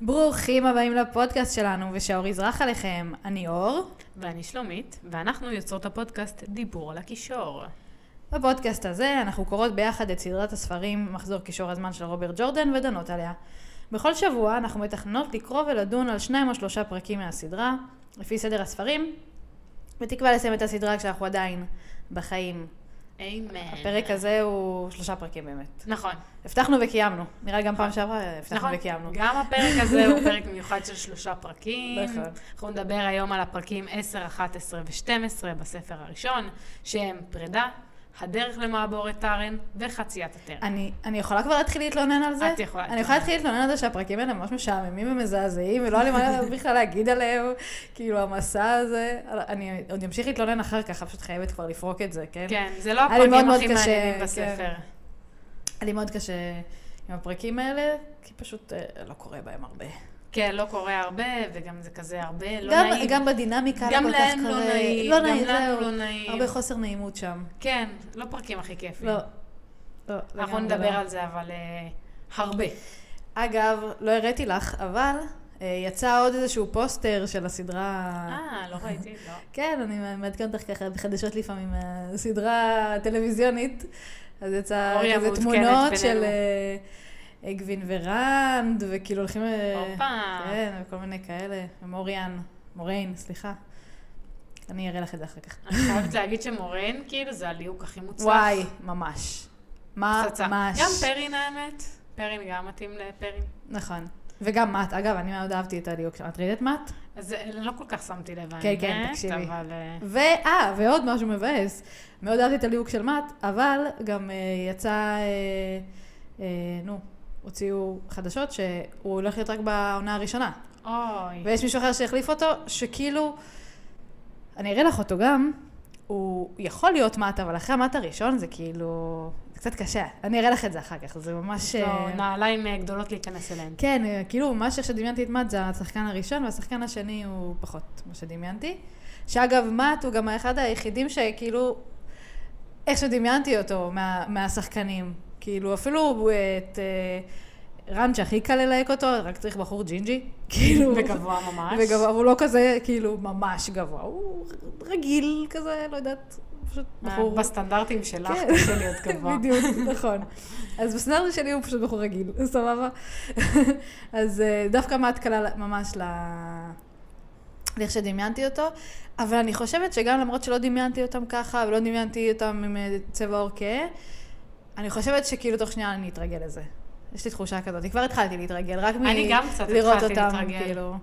ברוכים הבאים לפודקאסט שלנו, ושהאור יזרח עליכם. אני אור. ואני שלומית, ואנחנו יוצרות הפודקאסט דיבור על הקישור. בפודקאסט הזה אנחנו קוראות ביחד את סדרת הספרים מחזור קישור הזמן של רוברט ג'ורדן ודנות עליה. בכל שבוע אנחנו מתכננות לקרוא ולדון על שניים או שלושה פרקים מהסדרה, לפי סדר הספרים, בתקווה לסיים את הסדרה כשאנחנו עדיין בחיים. איימן. הפרק הזה הוא שלושה פרקים באמת. נכון. הבטחנו וקיימנו. נראה לי גם פעם שעברה הבטחנו וקיימנו. גם הפרק הזה הוא פרק מיוחד של שלושה פרקים. נכון. אנחנו נדבר היום על הפרקים 10, 11 ו-12 בספר הראשון, שהם פרידה, הדרך למעבורת טארן וחציית הטרן. אני, אני יכולה כבר להתחיל להתלונן על זה? את יכולה אני להתלונן. יכולה להתחיל להתלונן על זה שהפרקים האלה ממש משעממים ומזעזעים, ולא היה לי מה בכלל להגיד עליהם, כאילו המסע הזה. אני עוד אמשיך להתלונן אחר כך, אני פשוט חייבת כבר לפרוק את זה, כן? כן, זה לא היה לי הפרקים מאוד מאוד הכי קשה, מעניינים כן. בספר. היה לי מאוד קשה עם הפרקים האלה, כי פשוט אה, לא קורה בהם הרבה. כן, לא קורה הרבה, וגם זה כזה הרבה, לא גם, נעים. גם בדינמיקה לא גם כל כך להם לא קורה. נעים, לא גם נעים, לנו זהו. לא נעים. הרבה חוסר נעימות שם. כן, לא פרקים הכי כיפים. לא. לא, אנחנו לגמרי נדבר לא. על זה, אבל אה, הרבה. אגב, לא הראיתי לך, אבל אה, יצא עוד איזשהו פוסטר של הסדרה... אה, לא ראיתי, לא. כן, אני מעדכנת אותך ככה בחדשות לפעמים מהסדרה הטלוויזיונית. אז יצא אוריה כזה מעודכנת תמונות בינינו. של אה, אה, גווין ורנד, וכאילו הולכים... אה, הופה. כן, וכל מיני כאלה. מוריאן, מוריין, סליחה. אני אראה לך את זה אחר כך. אני חייבת להגיד שמורן, כאילו, זה הליהוק הכי מוצלח. וואי, ממש. ממש. פצצה. גם פרין האמת. פרין גם מתאים לפרין. נכון. וגם מאט. אגב, אני מאוד אהבתי את הדיוק שם. את ראית את מאט? אז אה, לא כל כך שמתי לב, כן, כן, האמת, תקשיבי. אבל... אה, ו... אה, ועוד משהו מבאס. מאוד אהבתי את הליהוק של מאט, אבל גם אה, יצא, אה, אה, נו, הוציאו חדשות שהוא הולך להיות רק בעונה הראשונה. אוי. ויש מישהו אחר שהחליף אותו, שכאילו, אני אראה לך אותו גם, הוא יכול להיות מאט, אבל אחרי המאט הראשון זה כאילו, זה קצת קשה. אני אראה לך את זה אחר כך, זה ממש... לא, אה, נעליים אה, גדולות להיכנס אליהן. כן, אה, כאילו, ממש איך שדמיינתי את מאט זה השחקן הראשון, והשחקן השני הוא פחות מה שדמיינתי. שאגב, מאט הוא גם האחד היחידים שכאילו, איך שדמיינתי אותו מה, מהשחקנים. כאילו, אפילו הוא, אה, את אה, רן שהכי קל ללהק אותו, רק צריך בחור ג'ינג'י. כאילו... וגבוה ממש. אה, וגבוה, הוא לא כזה, כאילו, ממש גבוה. הוא רגיל כזה, לא יודעת, פשוט אה, בחור... בסטנדרטים שלך כן. קשה להיות גבוה. בדיוק, נכון. אז בסטנדרט שלי הוא פשוט בחור רגיל, סבבה? אז אה, דווקא מעט קלה ל- ממש ל... לאיך שדמיינתי אותו, אבל אני חושבת שגם למרות שלא דמיינתי אותם ככה, ולא דמיינתי אותם עם אה, צבע עור כהה, אני חושבת שכאילו תוך שנייה אני אתרגל לזה. יש לי תחושה כזאת, כבר התחלתי להתרגל, רק מלראות אני אותם, גם קצת התחלתי להתרגל. כאילו.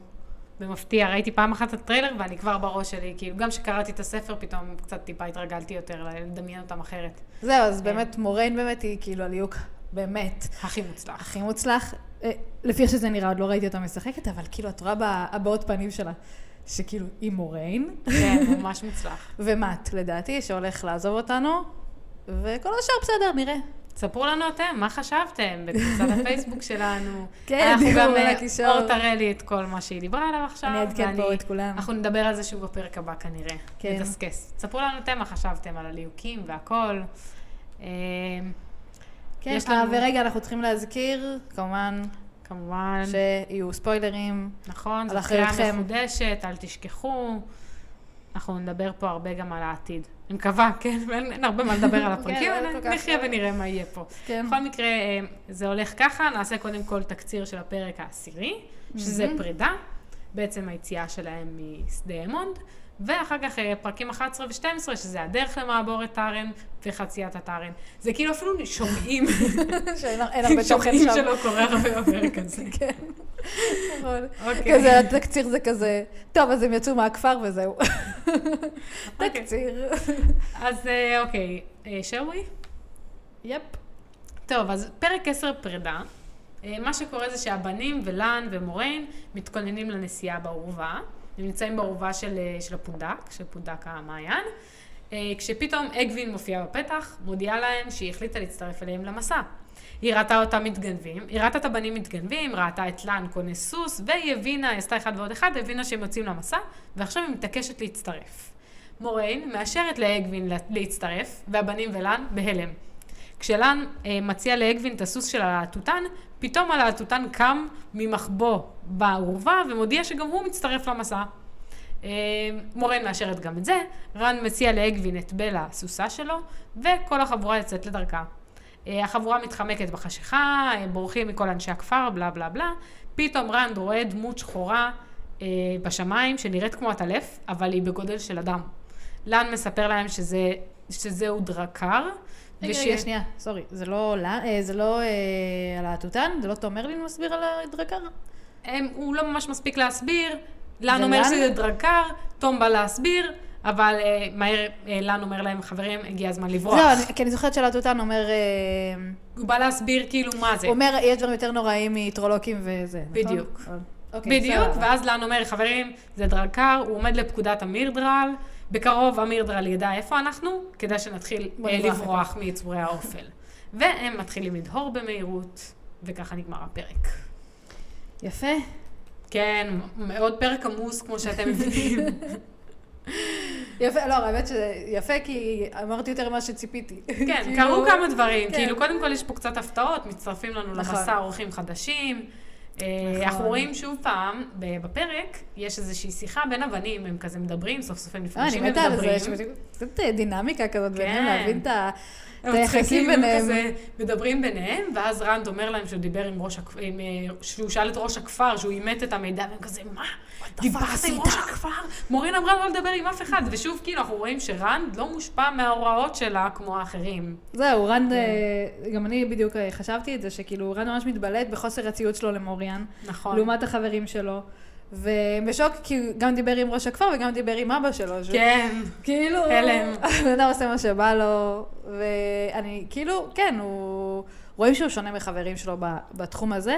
במפתיע, ראיתי פעם אחת את הטריילר ואני כבר בראש שלי, כאילו גם כשקראתי את הספר פתאום קצת טיפה התרגלתי יותר לדמיין אותם אחרת. זהו, כן. אז באמת, מוריין באמת היא כאילו הליהוק, באמת, הכי מוצלח. הכי מוצלח. אה, לפי איך שזה נראה, עוד לא ראיתי אותה משחקת, אבל כאילו, את רואה בהבעות פנים שלה, שכאילו, היא מוריין, כן, ממש מוצלח. ומט, לדעתי, שהולך לעזוב אותנו, וכל השאר בסדר, נראה. ספרו לנו אתם, מה חשבתם בקבוצת הפייסבוק שלנו. כן, אנחנו דיבור גם, על אה, הקישור. אור תראה לי את כל מה שהיא דיברה עליו עכשיו. אני אעדכן פה ואני- את כולם. אנחנו נדבר על זה שוב בפרק הבא כנראה. כן. כן. נדסקס. ספרו לנו אתם מה חשבתם על הליהוקים והכל. אה, כן, יש אה, לנו- ורגע, אנחנו צריכים להזכיר, כמובן, כמובן, שיהיו ספוילרים. נכון, על זו קריאה אחריותכם. מחודשת, אל תשכחו. אנחנו נדבר פה הרבה גם על העתיד. אני מקווה, כן? אין אין הרבה מה לדבר על כן, הפרקים, לא כל אבל כך. נחיה ונראה מה יהיה פה. כן. בכל מקרה, אה, זה הולך ככה, נעשה קודם כל תקציר של הפרק העשירי, שזה פרידה, בעצם היציאה שלהם משדה אמונד, ואחר כך אה, פרקים 11 ו-12, שזה הדרך למעבורת טארן וחציית הטארן. זה כאילו אפילו שומעים, שאין אין הרבה תוכן שומעים שם. שלא קורה הרבה בפרק הזה. כן, נכון. אוקיי. כזה, התקציר זה כזה, טוב, אז הם יצאו מהכפר וזהו. אוקיי. תקציר. אז אה, אוקיי, שאווי? יפ. טוב, אז פרק 10 פרידה. אה, מה שקורה זה שהבנים ולן ומוריין מתכוננים לנסיעה באורווה. הם נמצאים באורווה של, אה, של הפונדק, של פונדק המעיין. אה, כשפתאום אגווין מופיעה בפתח, מודיעה להם שהיא החליטה להצטרף אליהם למסע. היא ראתה אותם מתגנבים, היא ראתה את הבנים מתגנבים, ראתה את לן קונה סוס, והיא הבינה, עשתה אחד ועוד אחד, הבינה שהם יוצאים למסע, ועכשיו היא מתעקשת להצטרף. מוריין מאשרת לאגווין לה- להצטרף, והבנים ולן בהלם. כשלן אה, מציע לאגווין את הסוס של הלהטוטן, פתאום הלהטוטן קם ממחבו באורווה ומודיע שגם הוא מצטרף למסע. אה, מורן מאשרת גם את זה, רן מציע לאגווין את בלה, הסוסה שלו, וכל החבורה יוצאת לדרכה. אה, החבורה מתחמקת בחשיכה, הם בורחים מכל אנשי הכפר, בלה בלה בלה. פתאום רנד רואה דמות שחורה אה, בשמיים, שנראית כמו עטלף, אבל היא בגודל של אדם. לן מספר להם שזה, שזהו דרקר. רגע, וש- רגע, שנייה, סורי. זה לא לה- אה, זה לא אה, על התותן? זה לא תומר לי מסביר על הדרקר? הם, הוא לא ממש מספיק להסביר. לן זה אומר לן? שזה דרקר, תום בא להסביר, אבל אה, מהר אה, לן אומר להם, חברים, הגיע הזמן לברוח. זהו, לא, אני- כי אני זוכרת שעל התותן אומר, אה, הוא בא להסביר כאילו מה זה. הוא אומר, יש דברים יותר נוראים מטרולוקים וזה, נכון? בדיוק. אבל- אוקיי, בדיוק, בסדר. ואז לן אומר, חברים, זה דרקר, הוא עומד לפקודת המירדרל, בקרוב המירדרל ידע איפה אנחנו, כדאי שנתחיל בוא אה, נברח לברוח מיצורי האופל. והם מתחילים לדהור במהירות, וככה נגמר הפרק. יפה. כן, מאוד פרק עמוס, כמו שאתם מבינים. יפה, לא, האמת שזה יפה, כי אמרתי יותר ממה שציפיתי. כן, כאילו- קרו כמה דברים. כן. כאילו, קודם כל יש פה קצת הפתעות, מצטרפים לנו נכון. למסע אורחים חדשים. אה, נכון. אנחנו רואים שוב פעם, ב- בפרק, יש איזושהי שיחה בין הבנים, הם כזה מדברים, סוף סוף הם אה, אני נפגשים מתה על זה, ומדברים. יש קצת אה, דינמיקה כזאת ביניהם, כן. להבין את ה- את הם היחסים מצחיקים, הם ביניהם. כזה מדברים ביניהם, ואז רנד אומר להם שהוא דיבר עם ראש הכפר, שהוא שאל את ראש הכפר, שהוא אימת את המידע, והם כזה, מה? the fuck דיברת עם עשית?" ראש הכפר? מורין אמרה לא לדבר עם אף אחד, ושוב, כאילו, אנחנו רואים שרנד לא מושפע מההוראות שלה כמו האחרים. זהו, רן, כן. אה, גם אני בדיוק אה, חשבתי את זה, שכאילו רן ממש מתבלט בחוסר הציות שלו למוריאן, נכון. לעומת החברים שלו. ובשוק, כי הוא גם דיבר עם ראש הכפר וגם דיבר עם אבא שלו. שהוא- כן. כאילו, הלם. הבן אדם עושה מה שבא לו, ואני, כאילו, כן, הוא... רואים שהוא שונה מחברים שלו ב- בתחום הזה.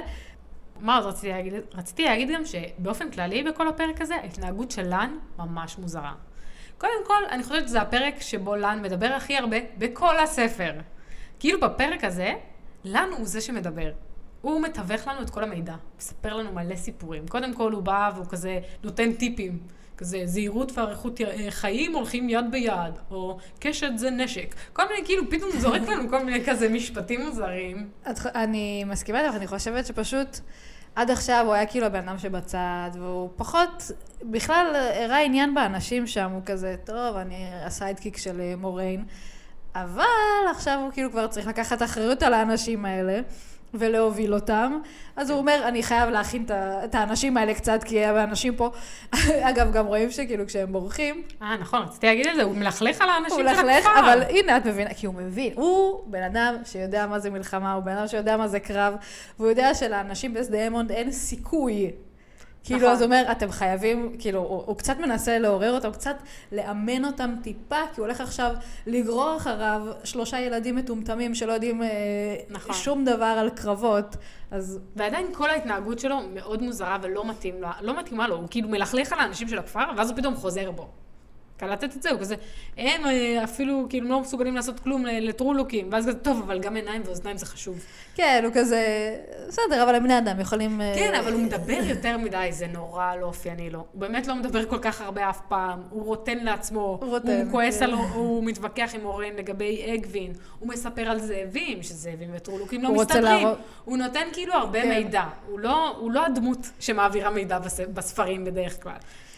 מה עוד רציתי להגיד? רציתי להגיד גם שבאופן כללי בכל הפרק הזה, ההתנהגות של לן ממש מוזרה. קודם כל, אני חושבת שזה הפרק שבו לן מדבר הכי הרבה בכל הספר. כאילו בפרק הזה, לן הוא זה שמדבר. הוא מתווך לנו את כל המידע, מספר לנו מלא סיפורים. קודם כל הוא בא והוא כזה נותן טיפים. כזה זהירות ואריכות יר- אה, חיים הולכים יד ביד, או קשת זה נשק. כל מיני, כאילו, פתאום הוא זורק לנו כל מיני כזה משפטים מוזרים. את ח- אני מסכימה איתך, אני חושבת שפשוט עד עכשיו הוא היה כאילו הבן אדם שבצד, והוא פחות, בכלל הראה עניין באנשים שם, הוא כזה, טוב, אני הסיידקיק של אה, מוריין, אבל עכשיו הוא כאילו כבר צריך לקחת אחריות על האנשים האלה. ולהוביל אותם. אז הוא אומר, אני חייב להכין את ה- את האנשים האלה קצת, כי האנשים פה, אגב, גם רואים שכאילו כשהם בורחים, אה, נכון, רציתי להגיד את זה, הוא מלכלך על האנשים הוא של הכפר. לכלך, אבל הנה, את מבינה, כי הוא מבין. הוא בן אדם שיודע מה זה מלחמה, הוא בן אדם שיודע מה זה קרב, והוא יודע שלאנשים בשדה אמונד אין סיכוי. כאילו, נכון. אז הוא אומר, אתם חייבים, כאילו, הוא, הוא קצת מנסה לעורר אותם, קצת לאמן אותם טיפה, כי הוא הולך עכשיו לגרור אחריו שלושה ילדים מטומטמים שלא יודעים אה, נכון. שום דבר על קרבות. אז ועדיין כל ההתנהגות שלו מאוד מוזרה ולא מתאים לו, לא מתאימה לו, הוא כאילו מלכלך על האנשים של הכפר, ואז הוא פתאום חוזר בו. קלטת את זה, הוא כזה, הם אה, אפילו כאילו לא מסוגלים לעשות כלום ל- לטרולוקים, ואז כזה, טוב, אבל גם עיניים ואוזניים זה חשוב. כן, הוא כזה, בסדר, אבל הם בני אדם, יכולים... אה, כן, אבל הוא מדבר יותר מדי, זה נורא לא אופייני לו. הוא באמת לא מדבר כל כך הרבה אף פעם, הוא רוטן לעצמו, הוא רוטן, הוא כועס כן. על, הוא מתווכח עם אורן לגבי אגווין, הוא מספר על זאבים, שזאבים וטרולוקים לא הוא רוצה מסתדרים. להרוג- הוא נותן כאילו הרבה כן. מידע, הוא לא, הוא לא הדמות שמעבירה מידע בס... בספרים בדרך כלל.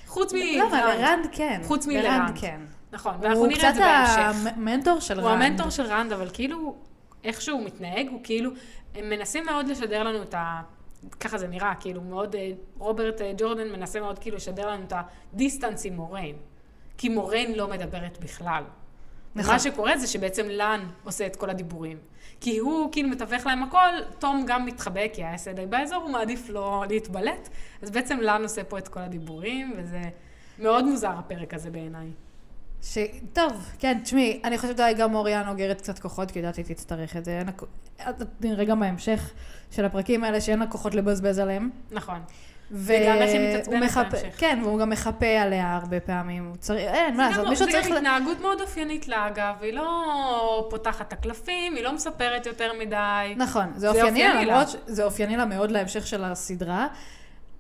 חוץ מ... לא, אבל לרנד כן. נכון. חוץ לרנד מלרנד. כן. נכון, ואנחנו נראה את זה הוא בהמשך. קצת המנטור של רנד. הוא המנטור של רנד, אבל כאילו, איך שהוא מתנהג, הוא כאילו, הם מנסים מאוד לשדר לנו את ה... ככה זה נראה, כאילו, מאוד, אה, רוברט אה, ג'ורדן מנסה מאוד כאילו לשדר לנו את הדיסטנס עם מוריין. כי מוריין לא מדברת בכלל. נכון. מה שקורה זה שבעצם לן עושה את כל הדיבורים. כי הוא כאילו מתווך להם הכל, תום גם מתחבא כי היה סדר באזור, הוא מעדיף לא להתבלט. אז בעצם לן עושה פה את כל הדיבורים, וזה מאוד מוזר הפרק הזה בעיניי. ש... טוב, כן, תשמעי, אני חושבת אולי גם אוריאן אוגרת קצת כוחות, כי יודעת היא תצטרך את זה. אין לה כו- את- את נראה גם בהמשך של הפרקים האלה שאין לה כוחות לבזבז עליהם. נכון. ו- וגם איך היא מתעצבנת הוא מחפ- בהמשך. כן, והוא גם מחפה עליה הרבה פעמים. הוא צריך... אין, מה זה לעשות, גם- לא- מישהו זה צריך... גם ל- התנהגות מאוד אופיינית לה, אגב, היא לא פותחת את הקלפים, היא לא מספרת יותר מדי. נכון, זה זה אופייני לה, אופייני לה. למרות ש- זה אופייני לה מאוד להמשך של הסדרה,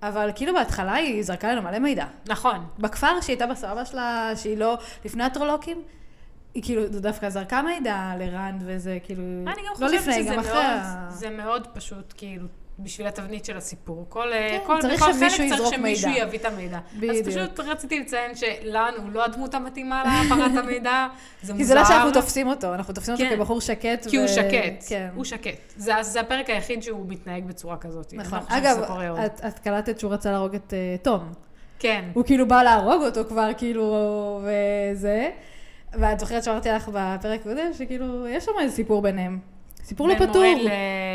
אבל כאילו בהתחלה היא זרקה לנו מלא מידע. נכון. בכפר שהיא הייתה בסבבה שלה, שהיא לא... לפני הטרולוקים, היא כאילו, זה דווקא זרקה מידע לרן, וזה כאילו... אני גם לא חושבת לפני, שזה גם מאוד, אחרי ה- זה מאוד פשוט, כאילו, בשביל התבנית של הסיפור. כל, כן, כל, צריך בכל שמישהו חלק יזרוק צריך שמישהו מידע. יביא את המידע. בדיוק. אז פשוט רציתי לציין שלן הוא לא הדמות המתאימה להעברת המידע, זה מוזר. כי זה לא שאנחנו תופסים אותו, אנחנו תופסים אותו כן. כבחור שקט. כי הוא ו- שקט, כן. הוא שקט. זה, זה הפרק היחיד שהוא מתנהג בצורה כזאת. נכון. אני לא חושבת אגב, שזה קורה עוד. את- את קלטת שהוא רצה להרוג את אה, תום. כן. הוא כאילו בא להרוג אותו כבר, כאילו, וזה. ואת זוכרת שאמרתי לך בפרק הקודם, שכאילו, יש שם איזה סיפור ביניהם. סיפור לא בין פתור. מורן ל-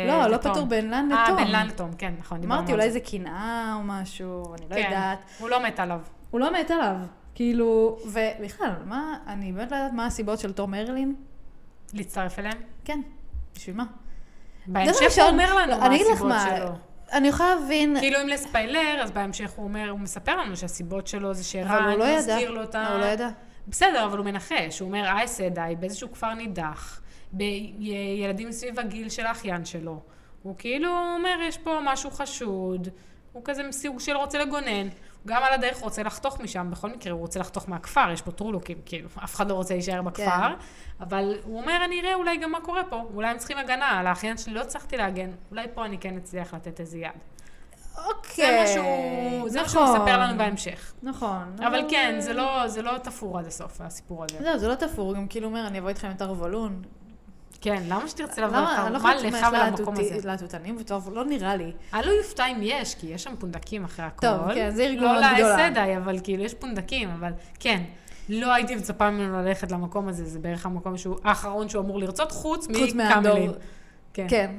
לא, לא לתום. פתור בין לן אה, לתום. בין לן לתום, כן, נכון, דיברנו על אמרתי, זה. אולי זה קנאה או משהו, אני לא כן, יודעת. הוא לא מת עליו. הוא לא מת עליו. כאילו, ובכלל, מה, אני באמת לא יודעת מה הסיבות של תום מרלין. להצטרף אליהם? כן, בשביל מה? בהמשך ראשון, הוא אומר לנו לא, מה אני אגיד לך הסיבות מה, אה, שלו. אני יכולה להבין... כאילו אם לספיילר, אז בהמשך הוא אומר, הוא מספר לנו שהסיבות שלו זה אבל שרן הוא לא ידע. הסגיר לו את ה... הוא לא ידע. בסדר, אבל הוא מנחש. הוא אומר, אייס אדיי, באיזשהו כפר נידח, בילדים סביב הגיל של האחיין שלו. הוא כאילו אומר, יש פה משהו חשוד, הוא כזה סוג של רוצה לגונן. הוא גם על הדרך רוצה לחתוך משם, בכל מקרה הוא רוצה לחתוך מהכפר, יש פה טרולוקים, כאילו, אף אחד לא רוצה להישאר בכפר. כן. אבל הוא אומר, אני אראה אולי גם מה קורה פה, אולי הם צריכים הגנה, על האחיין שלי לא הצלחתי להגן, אולי פה אני כן אצליח לתת איזה יד. אוקיי. זה מה שהוא, זה מה שהוא נכון. מספר לנו בהמשך. נכון. אבל כן, זה לא, זה לא תפור עד הסוף, הסיפור הזה. זהו, זה לא תפור, הוא גם כאילו אומר, אני אבוא איתכם עם תרבלון. כן, למה שתרצה לבוא למה, אני לא לך? מה יכולה להתמש לך ולמקום הזה? להטוטנים וטוב, לא נראה לי. אני לא יופתע אם יש, כי יש שם פונדקים אחרי הכל. טוב, כן, זה ארגון מאוד לא גדולה. להסדי, אבל כאילו, יש פונדקים, אבל כן. לא הייתי מצפה ממנו ללכת למקום הזה, זה בערך המקום שהוא, האחרון שהוא אמור לרצות, חוץ חוץ מהדור. מקמלין. כן. כן.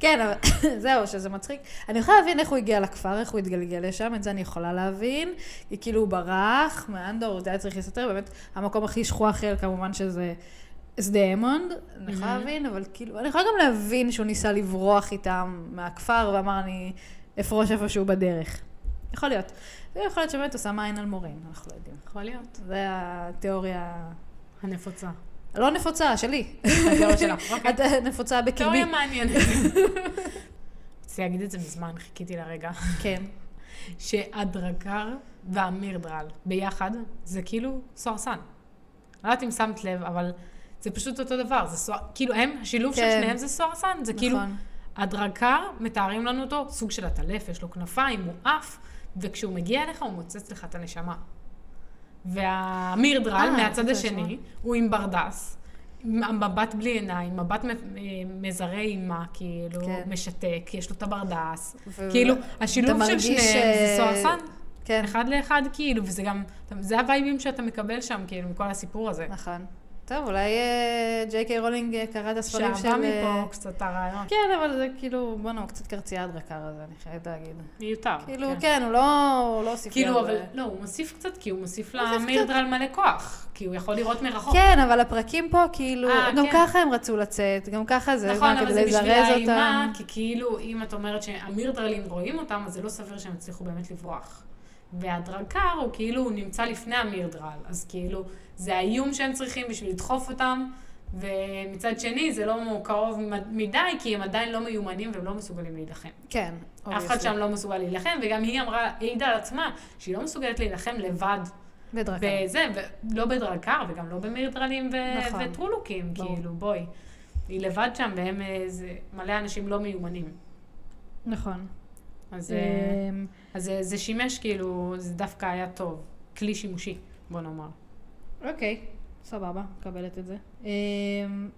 כן, אבל זהו, שזה מצחיק. אני יכולה להבין איך הוא הגיע לכפר, איך הוא התגלגל לשם, את זה אני יכולה להבין. כי כאילו הוא ברח מאנדור, זה היה צריך להסתתר, באמת, המקום הכי שכוח אל, כמובן שזה שדה אמונד, אני יכולה להבין, אבל כאילו, אני יכולה גם להבין שהוא ניסה לברוח איתם מהכפר, ואמר, אני אפרוש איפשהו בדרך. יכול להיות. ויכול להיות שבאמת הוא שם עין על מורין, אנחנו לא יודעים. יכול להיות. זה התיאוריה הנפוצה. הלא נפוצה, שלי. התיאוריה שלך, אוקיי. הת- נפוצה בקרבי. תיאוריה מעניינת. רציתי להגיד את זה מזמן, חיכיתי לרגע. כן. שהדרגר והמירדרל ביחד, זה כאילו סוהרסן. לא יודעת אם שמת לב, אבל זה פשוט אותו דבר. זה סוה... כאילו הם, השילוב של כן. שניהם זה סוהרסן. זה כאילו, נכון. הדרגר, מתארים לנו אותו, סוג של עטלף, יש לו כנפיים, הוא עף, וכשהוא מגיע אליך הוא מוצץ לך את הנשמה. והמירדרל, אה, מהצד זה השני, נשמע. הוא עם ברדס, עם מבט בלי עיניים, מבט מ- מ- מזרה אימה, כאילו, כן. משתק, יש לו את הברדס. ו- כאילו, אתה השילוב של מרגיש שניהם ש- זה סוהרסן. כן, אחד לאחד, כאילו, וזה גם, זה הווייבים שאתה מקבל שם, כאילו, מכל הסיפור הזה. נכון. טוב, אולי ג'יי קיי רולינג אה, קרא את הספרים של... שאהבה אה, מפה קצת הרעיון. כן, אבל זה כאילו, בואנה, הוא קצת קרצייה הדרקר הזה, אני חייבת להגיד. מיותר. כאילו, כן. כן, הוא לא הוא לא הוסיף... לי כאילו, הרבה. אבל לא, הוא מוסיף קצת, כי הוא מוסיף מוסיף למירדרל מלא כוח, כי הוא יכול לראות מרחוק. כן, אבל הפרקים פה, כאילו, אה, גם כן. ככה הם רצו לצאת, גם ככה זה, נכון, מה, אבל כדי זה בשביל לזרז האימה, אותם. כי כאילו, אם את אומרת שהמירדרלים רואים אותם, אז זה לא סביר שהם יצליחו באמת לברוח. והדרקר הוא כאילו, הוא נמצא לפני המירדרל, אז כאילו, זה האיום שהם צריכים בשביל לדחוף אותם, ומצד שני, זה לא קרוב מ- מדי, כי הם עדיין לא מיומנים והם לא מסוגלים להילחם. כן, אף אחד שם לא מסוגל להילחם, וגם היא אמרה, היא העידה על עצמה, שהיא לא מסוגלת להילחם לבד בדרקר. בזה, ולא בדרקר, וגם לא במירדרלים ו- נכון. וטרולוקים, ברור. כאילו, בואי. היא לבד שם, והם אה, זה מלא אנשים לא מיומנים. נכון. אז, אה, אמ, אז אה, זה- זה שימש, כאילו, זה דווקא היה טוב. כלי שימושי, בוא נאמר. אוקיי, סבבה, מקבלת את זה. אמ,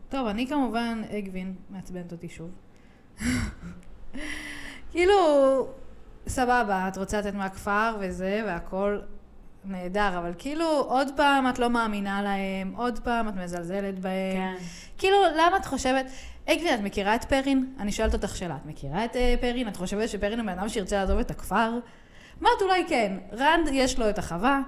טוב, אני כמובן, אגווין מעצבנת אותי שוב. כאילו, סבבה, את רוצה לצאת מהכפר וזה, והכל נהדר, אבל כאילו, עוד פעם את לא מאמינה להם, עוד פעם את מזלזלת בהם. כן. כאילו, למה את חושבת... אגווין, את מכירה את פרין? אני שואלת אותך שאלה. את מכירה את אה, פרין? את חושבת שפרין הוא בן אדם שירצה לעזוב את הכפר? מה את אולי כן? רנד יש לו את החווה,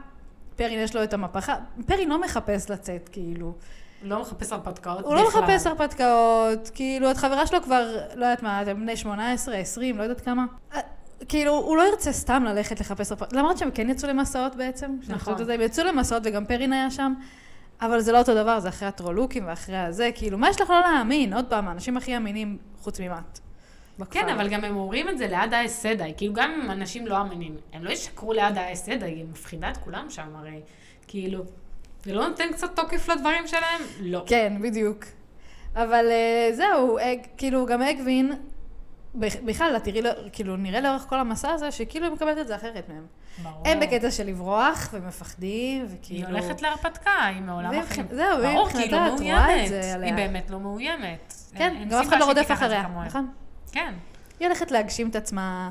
פרין יש לו את המפחה. פרין לא מחפש לצאת, כאילו. לא מחפש הרפתקאות הוא לא מחפש הרפתקאות, כאילו, את חברה שלו כבר, לא יודעת מה, אתם בני 18, 20, לא יודעת כמה. אה, כאילו, הוא לא ירצה סתם ללכת לחפש הרפתקאות. למרות שהם כן יצאו למסעות בעצם. שאנחנו נכון. יודעות את זה, הם יצאו למסעות וגם פרין היה שם. אבל זה לא אותו דבר, זה אחרי הטרולוקים ואחרי הזה, כאילו, מה יש לך לא להאמין? עוד פעם, האנשים הכי אמינים, חוץ ממט. בכפר. כן, אבל גם הם אומרים את זה ליד האסדאי. כאילו, גם אם אה, אנשים לא אמינים, הם לא ישקרו ליד האסדאי, היא מפחידה את כולם שם הרי. כאילו, זה לא נותן קצת תוקף לדברים שלהם? לא. כן, בדיוק. אבל אה, זהו, אה, כאילו, גם אגווין, בכ- בכלל, את תראי, לו- כאילו, נראה לאורך כל המסע הזה, שכאילו היא מקבלת את זה אחרת מהם. ברור. הם בקטע של לברוח, ומפחדים, וכאילו... היא הולכת להרפתקה, היא מעולם כאילו- והיא אחר. מבחינת- זהו, והיא ברור, כי היא לא מבחינתה, את רואה את מאוימת. זה היא עליה. באמת לא מאוימת. אין- כן, אין גם אף אחד סיבה לא שהיא רודף תיקח את זה אחריה, כמוהם. נכון? כן. היא הולכת להגשים את עצמה,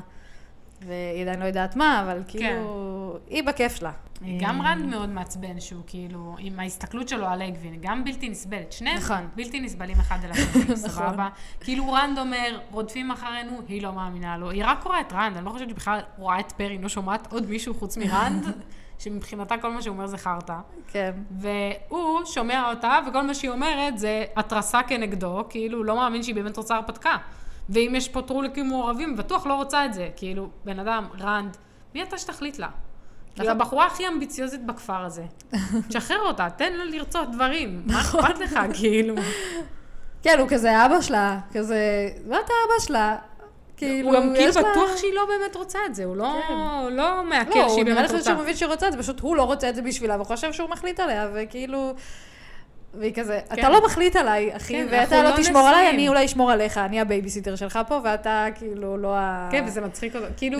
והיא עדיין לא יודעת מה, אבל כאילו, היא בכיף שלה. כן. אה, גם רנד מאוד מעצבן שהוא כאילו, עם ההסתכלות שלו על אגווין, גם בלתי נסבלת. שניהם נכון. בלתי נסבלים אחד אל השני, נכון. סבבה. כאילו רנד אומר, רודפים אחרינו, היא לא מאמינה לו. היא רק רואה את רנד, אני לא חושבת שבכלל רואה את פרי, לא שומעת עוד מישהו חוץ מרנד, שמבחינתה כל מה שהוא אומר זה חרטא. כן. והוא שומע אותה, וכל מה שהיא אומרת זה התרסה כנגדו, כאילו, לא מאמין שהיא באמת רוצה הרפתקה. ואם יש פה טרוליקים מעורבים, בטוח לא רוצה את זה. כאילו, בן אדם, רנד, מי אתה שתחליט נכון. לה? כאילו, הבחורה הכי אמביציוזית בכפר הזה. תשחרר אותה, תן לה לרצות דברים. מה נכון. אכפת לך, כאילו? כן, הוא כזה אבא שלה, כזה, מה אתה אבא שלה? כאילו, הוא גם כאילו יש לה- בטוח שהיא לא באמת רוצה את זה, הוא לא- כן. לא לא, מעכל הוא שהיא נראה לי באמת חושב רוצה. שהוא מבין שהיא רוצה את זה, פשוט הוא לא רוצה את זה בשבילה, והוא חושב שהוא מחליט עליה, וכאילו... והיא כזה, אתה לא מחליט עליי, אחי, כן, ואתה אנחנו לא לא תשמור עליי, נשואים." אני אולי אשמור עליך, אני הבייביסיטר שלך פה, ואתה כאילו לא ה... כן, וזה מצחיק אותו. כאילו,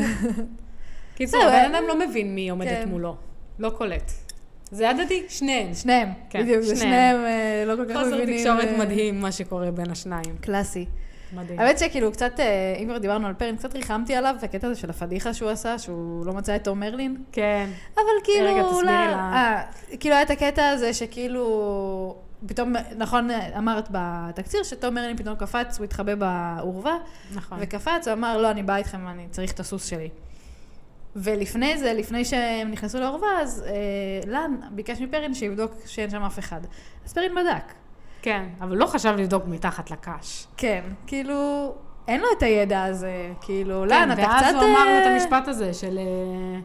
קיצור, זהו, הבן אה, אדם לא מבין מי עומדת כן. מולו. לא קולט. זה הדדי? שניהם. שניהם, כן, בדיוק, זה שניהם שניהם. אה, לא כל כך חוסר מבינים... תקשורת אה, מדהים מה שקורה בין השניים. קלאסי. מדהים. האמת שכאילו קצת, אה, אם כבר דיברנו על פרן, קצת ריחמתי עליו, הקטע הזה של הפדיחה שהוא עשה, שהוא לא מצא את תום מרלין. כן. אבל כאילו, רגע, תסבירי אולי- לה. אה, כאילו היה את הקטע הזה שכאילו, פתאום, נכון, אמרת בתקציר שתום מרלין פתאום קפץ, הוא התחבא באורווה, נכון. וקפץ, הוא אמר, לא, אני באה איתכם, אני צריך את הסוס שלי. ולפני זה, לפני שהם נכנסו לאורווה, אז אה, לן ביקש מפרין שיבדוק שאין שם אף אחד. אז פרין בדק. כן, אבל לא חשב לבדוק מתחת לקש. כן, כאילו, אין לו את הידע הזה, כאילו, לן, כן, אתה קצת... ואז הוא אמר לו את אה, המשפט הזה של אה,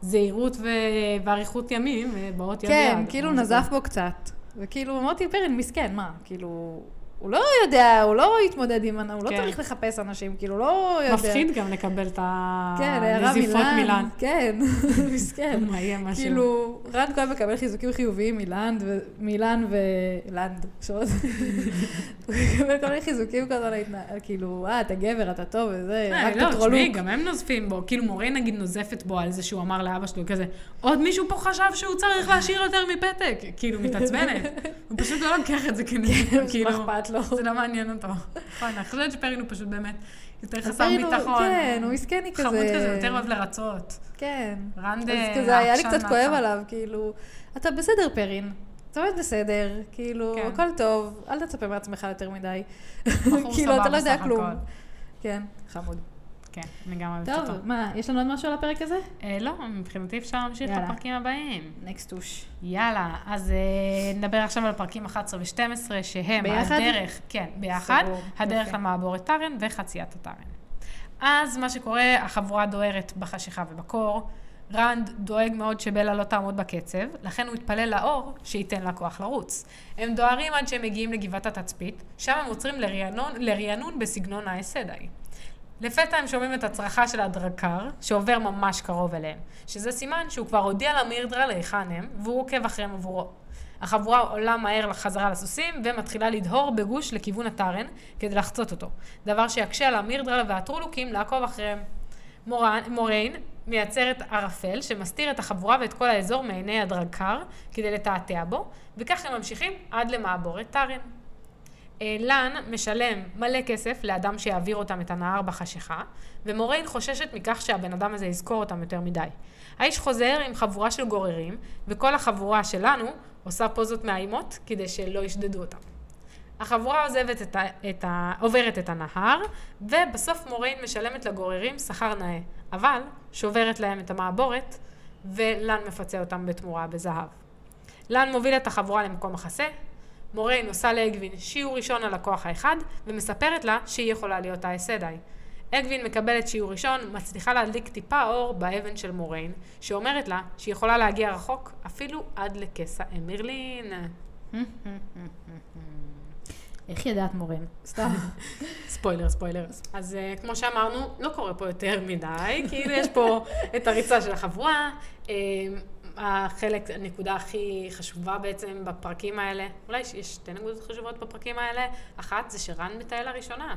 זהירות ו- ואריכות ימים, אה, באות יד כן, ביד. כאילו נזף בו קצת. וכאילו, אמרתי, פרן, מסכן, מה? כאילו, הוא לא יודע, הוא לא התמודד עם... אנ- הוא לא כן. צריך לחפש אנשים, כאילו, לא יודע. מפחיד גם לקבל את כן, הערה הנזיפות מילן. מילן. כן, מסכן. מאיים משהו. כאילו, רן כהן מקבל חיזוקים חיוביים מלנד ו... מילן ו... לנד, שעוד. הוא מקבל כל מיני חיזוקים כזה על ההתנהל, כאילו, אה, אתה גבר, אתה טוב וזה, אה, רק לא, תשמעי, פטרולוג. גם הם נוזפים בו. כאילו מורה נגיד נוזפת בו על זה שהוא אמר לאבא שלו כזה, עוד מישהו פה חשב שהוא צריך להשאיר יותר מפתק. כאילו, מתעצבנת. הוא פשוט לא לוקח את זה כנראה, כאילו, מה כן, אכפת לו? זה לא מעניין אותו. נכון, אני חושבת שפרין הוא פשוט באמת יותר חסר פרין הוא- ביטחון. כן, הוא מסכני כזה. חמוד כזה, יותר אוהב לרצות. כן. רנד... אז אה, כזה היה לי עקשן קצת כואב מהפה. עליו, כאילו, אתה בסדר, פרין. אתה באמת בסדר, כאילו, כן. הכל טוב, אל תצפה מעצמך יותר מדי. בחור כאילו, אתה סבבה לא יודע סך כלום. הכל. כן, חמוד. כן, אני גם אוהבת טוב, אותו. מה, יש לנו עוד משהו על הפרק הזה? אה, לא, מבחינתי אפשר להמשיך יאללה. לפרקים הבאים. נקסט טוש. יאללה, אז אה, נדבר עכשיו על פרקים 11 ו-12, שהם ביחד? הדרך, כן, ביחד, סגור, הדרך יפה. למעבורת טארן וחציית הטארן. אז מה שקורה, החבורה דוהרת בחשיכה ובקור, רנד דואג מאוד שבלה לא תעמוד בקצב, לכן הוא התפלל לאור שייתן לה כוח לרוץ. הם דוהרים עד שהם מגיעים לגבעת התצפית, שם הם עוצרים לרענון, לרענון בסגנון האסדאי. לפתע הם שומעים את הצרחה של הדרקר, שעובר ממש קרוב אליהם, שזה סימן שהוא כבר הודיע למירדרה להיכן הם, והוא עוקב אחריהם עבורו. החבורה עולה מהר חזרה לסוסים, ומתחילה לדהור בגוש לכיוון הטרן, כדי לחצות אותו. דבר שיקשה על המירדרל והטרולוקים לעקוב אחריהם. מורן, מוריין מייצרת ערפל שמסתיר את החבורה ואת כל האזור מעיני הדרקר, כדי לתעתע בו, וכך הם ממשיכים עד למעבורת טרן. אה, לן משלם מלא כסף לאדם שיעביר אותם את הנהר בחשיכה, ומוריין חוששת מכך שהבן אדם הזה יזכור אותם יותר מדי. האיש חוזר עם חבורה של גוררים, וכל החבורה שלנו עושה פוזות מאיימות כדי שלא ישדדו אותם. החבורה עוזבת את ה, את ה, עוברת את הנהר, ובסוף מוריין משלמת לגוררים שכר נאה, אבל שוברת להם את המעבורת, ולן מפצה אותם בתמורה בזהב. לן מוביל את החבורה למקום מחסה, מוריין עושה לאגווין שיעור ראשון על הכוח האחד, ומספרת לה שהיא יכולה להיות האסדאי. אגווין מקבלת שיעור ראשון, מצליחה להדליק טיפה אור באבן של מוריין, שאומרת לה שהיא יכולה להגיע רחוק, אפילו עד לכס האמירלין. Mm-hmm, איך ידעת מורן? סתם. ספוילר, ספוילר. אז uh, כמו שאמרנו, לא קורה פה יותר מדי, כאילו יש פה את הריצה של החבורה, um, החלק, הנקודה הכי חשובה בעצם בפרקים האלה, אולי יש- יש שתי נקודות חשובות בפרקים האלה, אחת זה שרן מטייל הראשונה.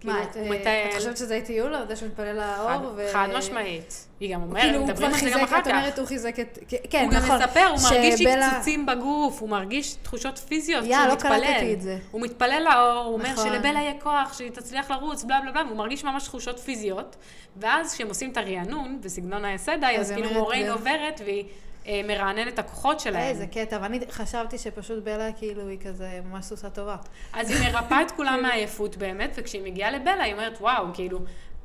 כאילו, מה, את הוא אה, את מטייל חושבת שזה הייתי יולה? זה שמתפלל לאור? חד- ו- חד משמעית. היא גם אומרת, כאילו, הוא מדברים כבר על זה גם חיזק, אחר את כך. אומרת, הוא חיזק את... כן, הוא גם נכון. מספר, הוא מרגיש שבלה- עקצוצים בגוף, הוא מרגיש תחושות פיזיות יא, כשהוא לא מתפלל. קלטתי את זה. הוא מתפלל לאור, הוא אומר נכון. שלבלה יהיה כוח, שהיא תצליח לרוץ, בלה בלה בלה, והוא מרגיש ממש תחושות פיזיות. ואז כשהם עושים את הרענון בסגנון האסדאי, אז אז היא כאילו אומרת, מוריין "זה-" עוברת והיא אה, מרעננת את הכוחות שלהם. אה, איזה קטע, ואני חשבתי שפשוט בלה, כאילו, היא כזה ממש סוסה טובה. אז היא מרפאה את כן. כולם מעייפות באמת, וכשהיא מגיעה לבלה, היא אומרת, וואו, כאילו,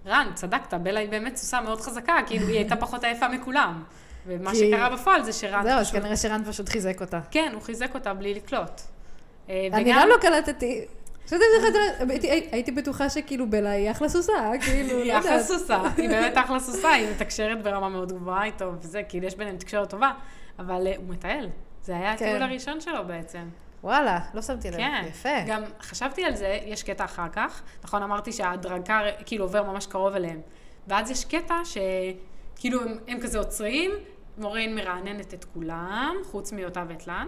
רן, צדקת, בלה היא באמת סוסה מאוד חזקה, כאילו, היא הייתה פחות עייפה מכולם. ומה כי- שקרה בפועל זה שרן זהו, אז פשוט... כנראה שרן פשוט חיזק אותה. כן, הוא חיזק אותה בלי לקלוט. אה, אני וגם- גם לא קלטתי. חשבתי לך את זה, הייתי- הייתי בטוחה שכאילו בלה היא אחלה סוסה, כאילו, לא היא אחלה יודעת. סוסה, היא באמת אחלה סוסה, היא מתקשרת ברמה מאוד גבוהה איתו וזה, כאילו יש ביניהם תקשורת טובה, אבל אה, הוא מטייל. זה היה כן. הטיול הראשון שלו בעצם. וואלה, לא שמתי לב. כן. יפה. גם חשבתי על זה, יש קטע אחר כך, נכון, אמרתי שההדרגה כאילו עובר ממש קרוב אליהם. ואז יש קטע שכאילו הם, הם כזה עוצרים, מורין מרעננת את כולם, חוץ מאותה ואת לן,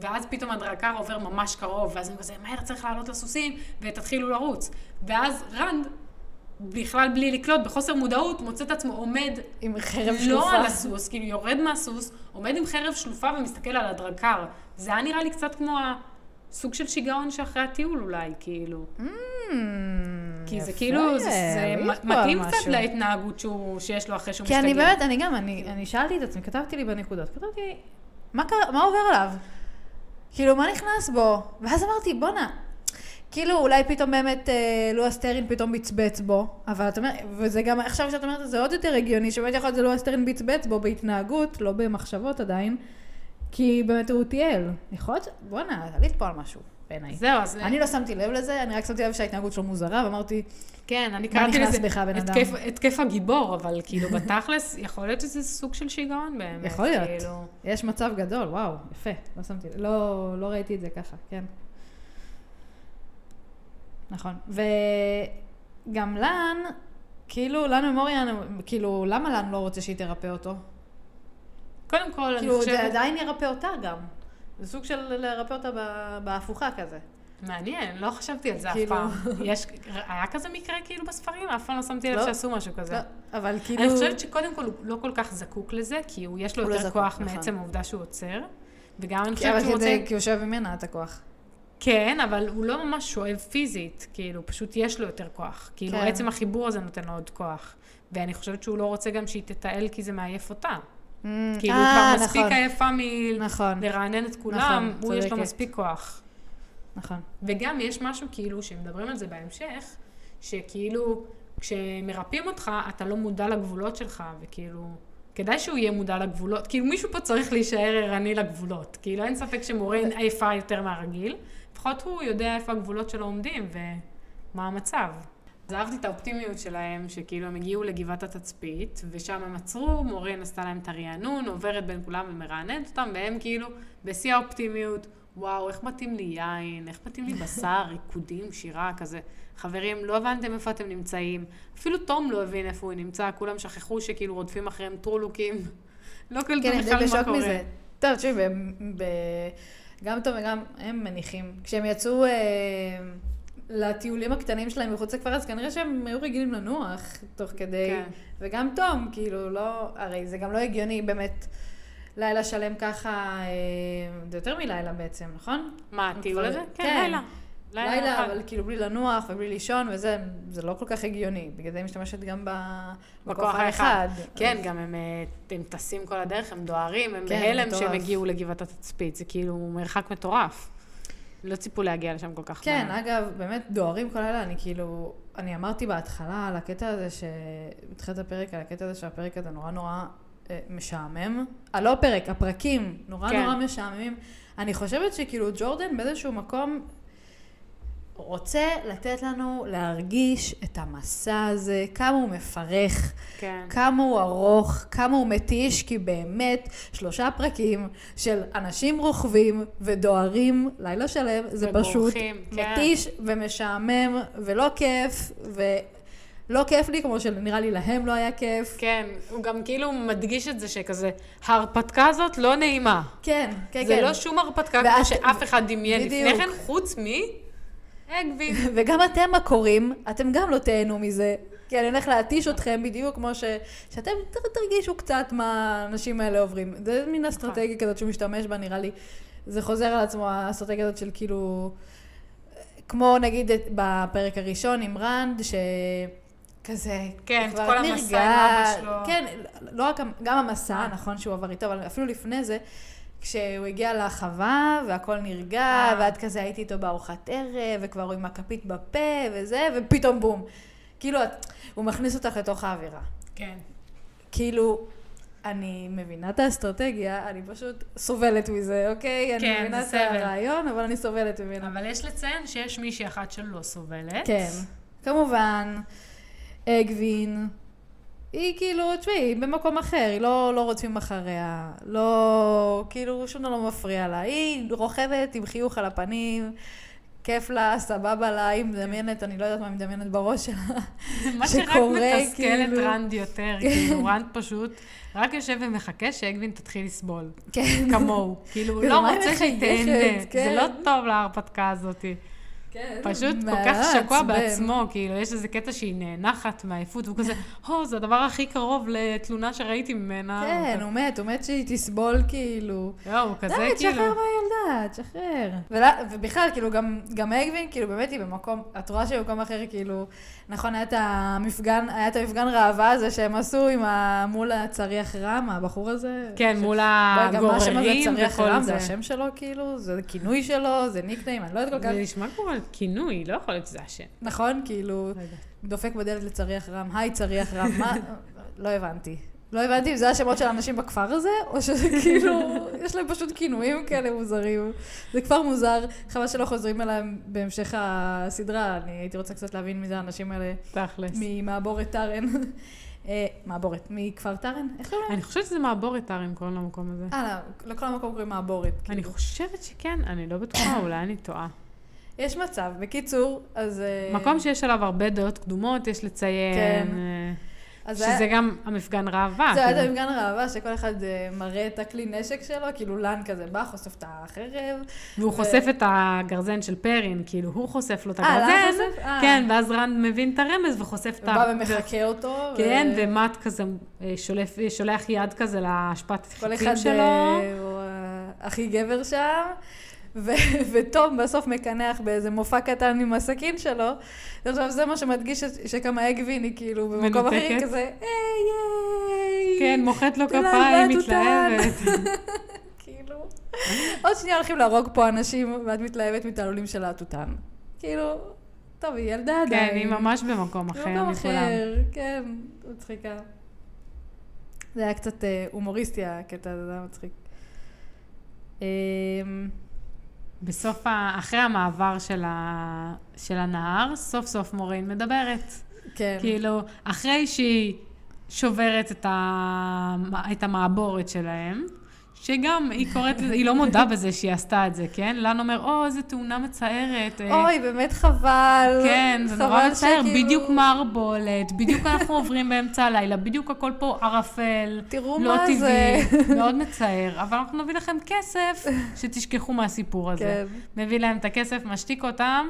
ואז פתאום הדרגה עובר ממש קרוב, ואז הם כזה, מהר צריך לעלות לסוסים, ותתחילו לרוץ. ואז רן, בכלל בלי לקלוט, בחוסר מודעות, מוצא את עצמו עומד עם חרב לא על שלופה. הסוס, כאילו יורד מהסוס, עומד עם חרב שלופה ומסתכל על הדרקר. זה היה נראה לי קצת כמו הסוג של שיגעון שאחרי הטיול אולי, כאילו. Mm, Hmm, כי זה כאילו, זה, זה מ- מתאים קצת להתנהגות שהוא, שיש לו אחרי שהוא כי משתגע. אני באמת, אני גם, אני אני שאלתי את עצמי, כתבתי לי בנקודות, כתבתי, מה קרה- מה עובר עליו? כאילו, מה נכנס בו? ואז אמרתי, בואנה. כאילו, אולי פתאום באמת אה, לואס טרין פתאום בצבץ בו, אבל את אומרת, וזה גם עכשיו שאת אומרת את זה עוד יותר הגיוני, שבאמת יכול להיות זה לואס טרין בצבץ בו בהתנהגות, לא במחשבות עדיין, כי באמת הוא טייל. יכול להיות, ש- בואנה, עלית פה על משהו, בעיניי. זהו, אז אני לא שמתי לב לזה, אני רק שמתי לב שההתנהגות שלו מוזרה, ואמרתי, כן, אני מה קראתי נכנס לזה בך, בן אדם? התקף- התקף הגיבור, אבל כאילו בתכלס, יכול להיות שזה סוג של שיגעון באמת. יכול להיות. כאילו. יש מצב גדול, וואו, יפה, לא שמתי, לא, לא ראיתי את זה ככה, כן. נכון, וגם לן, כאילו, לן ומוריאן, כאילו, למה לן לא רוצה שהיא תרפא אותו? קודם כל, אני כאילו, זה חושבת... עדיין ירפא אותה גם. זה סוג של לרפא אותה ב- בהפוכה כזה. מעניין, לא חשבתי על זה אף כאילו- פעם. יש- היה כזה מקרה כאילו בספרים? אף פעם לא שמתי לב לא. שעשו משהו כזה. לא, אבל כאילו... אני חושבת שקודם כל הוא לא כל כך זקוק לזה, כי הוא יש לו הוא לא יותר זקוק, כוח נכון. מעצם העובדה שהוא עוצר. וגם אני כי- אבל חושבת שהוא כזה- רוצה... כי הוא שואב ממנה את הכוח. כן, אבל הוא לא ממש שואב פיזית, כאילו, פשוט יש לו יותר כוח. כאילו, כן. עצם החיבור הזה נותן לו עוד כוח. ואני חושבת שהוא לא רוצה גם שהיא תטעל, כי זה מעייף אותה. כאילו, היא אה, כבר מספיק נכון, עייפה נכון, מלרענן את כולם, נכון, הוא יש לו צודקת. מספיק כוח. נכון. וגם יש משהו כאילו, שמדברים על זה בהמשך, שכאילו, כשמרפאים אותך, אתה לא מודע לגבולות שלך, וכאילו, כדאי שהוא יהיה מודע לגבולות. כאילו, מישהו פה צריך להישאר ערני לגבולות. כאילו, אין ספק שמורן עייפה יותר מהרגיל, לפחות הוא יודע איפה הגבולות שלו עומדים ומה המצב. אז אהבתי את האופטימיות שלהם, שכאילו הם הגיעו לגבעת התצפית, ושם הם עצרו, מורן עשתה להם את הרענון, עוברת בין כולם ומרעננת אותם, והם כאילו בשיא האופטימיות, וואו, איך מתאים לי יין, איך מתאים לי בשר, ריקודים, שירה, כזה. חברים, לא הבנתם איפה אתם נמצאים. אפילו תום לא הבין איפה הוא נמצא, כולם שכחו שכאילו רודפים אחריהם טרולוקים. לא קלטו כן, הם די בכלל מה בשוק קורה. מזה. טוב, תשמעי, והם- ב- גם טוב וגם הם מניחים. כשהם יצאו אה, לטיולים הקטנים שלהם מחוץ לכפר, אז כנראה שהם היו רגילים לנוח תוך כדי. כן. וגם תום, כאילו, לא... הרי זה גם לא הגיוני באמת. לילה שלם ככה, אה, זה יותר מלילה בעצם, נכון? מה, הטיול הזה? כבר- כן, כן. לילה. לילה, לילה אחד. אבל כאילו בלי לנוח ובלי לישון וזה, זה לא כל כך הגיוני. בגלל זה היא משתמשת גם ב- בכוח האחד. כן, אז- גם הם, אה, הם טסים כל הדרך, הם דוהרים, הם כן, בהלם מטורף. שהם הגיעו לגבעת התצפית. זה כאילו מרחק מטורף. לא ציפו להגיע לשם כל כך כן, מהר. אגב, באמת דוהרים כל הלילה, אני כאילו, אני אמרתי בהתחלה על הקטע הזה, ש... בתחילת הפרק, על הקטע הזה שהפרק הזה נורא נורא אה, משעמם. אה, לא הפרק, הפרקים נורא כן. נורא משעממים. אני חושבת שכאילו ג'ורדן באיזשהו מקום רוצה לתת לנו להרגיש את המסע הזה, כמה הוא מפרך. כן. כמה הוא ארוך, כמה הוא מתיש, כי באמת שלושה פרקים של אנשים רוכבים ודוהרים לילה שלם, זה פשוט ובורחים, כן. מתיש ומשעמם ולא כיף, לא כיף לי, כמו שנראה לי להם לא היה כיף. כן, הוא גם כאילו מדגיש את זה שכזה, ההרפתקה הזאת לא נעימה. כן, כן, זה כן. לא שום הרפתקה ואת- כמו שאף אחד דמיין לפני בדיוק. כן, חוץ מ... אגבי. וגם אתם הקוראים, אתם גם לא תהנו מזה. כי אני הולך להתיש אתכם בדיוק כמו ש... שאתם ת- תרגישו קצת מה האנשים האלה עוברים. זה נכון. מין אסטרטגיה כזאת שהוא משתמש בה, נראה לי. זה חוזר על עצמו, האסטרטגיה הזאת של כאילו... כמו נגיד את- בפרק הראשון עם רנד, שכזה... כן, את כבר כל המסע עם נרגע. אבא שלו. כן, לא רק... המ- גם המסע, אה. נכון שהוא עבר איתו, אבל אפילו לפני זה, כשהוא הגיע לחווה והכל נרגע, אה. ואת כזה הייתי איתו בארוחת ערב, וכבר הוא עם הכפית בפה וזה, ופתאום בום. כאילו, את- הוא מכניס אותך לתוך האווירה. כן. כאילו, אני מבינה את האסטרטגיה, אני פשוט סובלת מזה, אוקיי? אני כן, זה מבינה את סבל. הרעיון, אבל אני סובלת ממנה. אבל יש לציין שיש מישהי אחת שלא סובלת. כן. כמובן, אגווין, היא כאילו, תשמעי, היא במקום אחר, היא לא, לא רודפים אחריה, לא, כאילו, שום דבר לא מפריע לה. היא רוכבת עם חיוך על הפנים, כיף לה, סבבה לה, היא מדמיינת, אני לא יודעת מה היא מדמיינת בראש שלה. מה שרק שקורה, מתסכל את כאילו. רנד יותר, כאילו רנד פשוט רק יושב ומחכה שאגווין תתחיל לסבול, כן. כמוהו. כאילו הוא ומה לא היא רוצה שהיא מחייכת, תהנה, כן. זה לא טוב להרפתקה הזאת. כן. פשוט כל כך שקוע בעצמו, כאילו יש איזה קטע שהיא נאנחת מעייפות, והוא כזה, הו, זה הדבר הכי קרוב לתלונה שראיתי ממנה. כן, הוא הוא מת, הוא מת שהיא תסבול, כאילו. כזה- לא, הוא כזה די, כאילו... תשחרר מהילדה, תשחרר. ולה- ובכלל, כאילו, גם, גם אגווין, כאילו, באמת היא במקום, את רואה שהיא במקום אחר, כאילו, נכון, היה את המפגן, היה את המפגן ראווה הזה שהם עשו עם ה... מול הצריח רם, הבחור הזה. כן, ש- מול לא, גם מה השם הזה, הגוררים צריח וכל רם, זה. זה השם שלו, כאילו, זה כינוי שלו, זה ניקניים, אני לא יודעת כל כך, זה נשמע כמו על כינוי, לא יכול להיות שזה השם. נכון, כאילו, לא יודעת. דופק בדלת לצריח רם, היי צריח רם, מה? לא הבנתי. לא הבנתי אם זה השמות של האנשים בכפר הזה, או שזה כאילו, יש להם פשוט כינויים כאלה מוזרים. זה כפר מוזר, חבל שלא חוזרים אליהם בהמשך הסדרה, אני הייתי רוצה קצת להבין מי זה האנשים האלה, תכלס. ממעבורת טרן. אה, מעבורת, מכפר טרן? איך לא קוראים להם? אני חושבת שזה מעבורת הרים קוראים למקום הזה. אה, לא, לכל המקום קוראים מעבורת. אני כאילו. חושבת שכן, אני לא בטוחה, אולי אני טועה. יש מצב, בקיצור, אז... אה, מקום שיש עליו הרבה דעות קדומות, יש לציין, כן. אה, אז היה- שזה גם המפגן ראווה. זה היה כאילו. את המפגן הראווה, שכל אחד אה, מראה את הכלי נשק שלו, כאילו לאן כזה בא, חושף את החרב. והוא ו- חושף את הגרזן של פרין, כאילו, הוא חושף לו את אה, לאן הגרזן. חושף? אה. כן, ואז רן מבין את הרמז וחושף את ה... בא ומחקה אותו. כן, ו- ומט כזה אה, שולף- אה, שולח יד כזה להשפעת כל החיצים אחד שלו. אה, הוא אה, הכי גבר שם. ו- ותום בסוף מקנח באיזה מופע קטן עם הסכין שלו. עכשיו, זה מה שמדגיש ש- שכמה אגווין היא כאילו במקום אחר, היא מנותקת. כזה, היי, היי. כן, מוחאת לו תודה, כפיים, הבנת אותן. מתלהבת. כאילו, עוד שנייה הולכים להרוג פה אנשים, ואת מתלהבת מתעלולים של התותן. כאילו, טוב, היא ילדה עדיין. כן, היא ממש במקום אחר במקום מכולם. אחר, כן, מצחיקה. זה היה קצת אה, הומוריסטי הקטע הזה, זה היה מצחיק. אמ, בסוף, ה... אחרי המעבר של, ה... של הנהר, סוף סוף מורין מדברת. כן. כאילו, אחרי שהיא שוברת את, ה... את המעבורת שלהם, שגם היא קוראת לזה, היא לא מודה בזה שהיא עשתה את זה, כן? לן אומר, או, איזו תאונה מצערת. אה, אוי, באמת חבל. כן, זה נורא חבל מצער, שכאילו- בדיוק מערבולת, בדיוק אנחנו עוברים באמצע הלילה, בדיוק הכל פה ערפל, תראו לא מה טבעי, זה. מאוד מצער, אבל אנחנו נביא לכם כסף, שתשכחו מהסיפור הזה. כן. מביא להם את הכסף, משתיק אותם,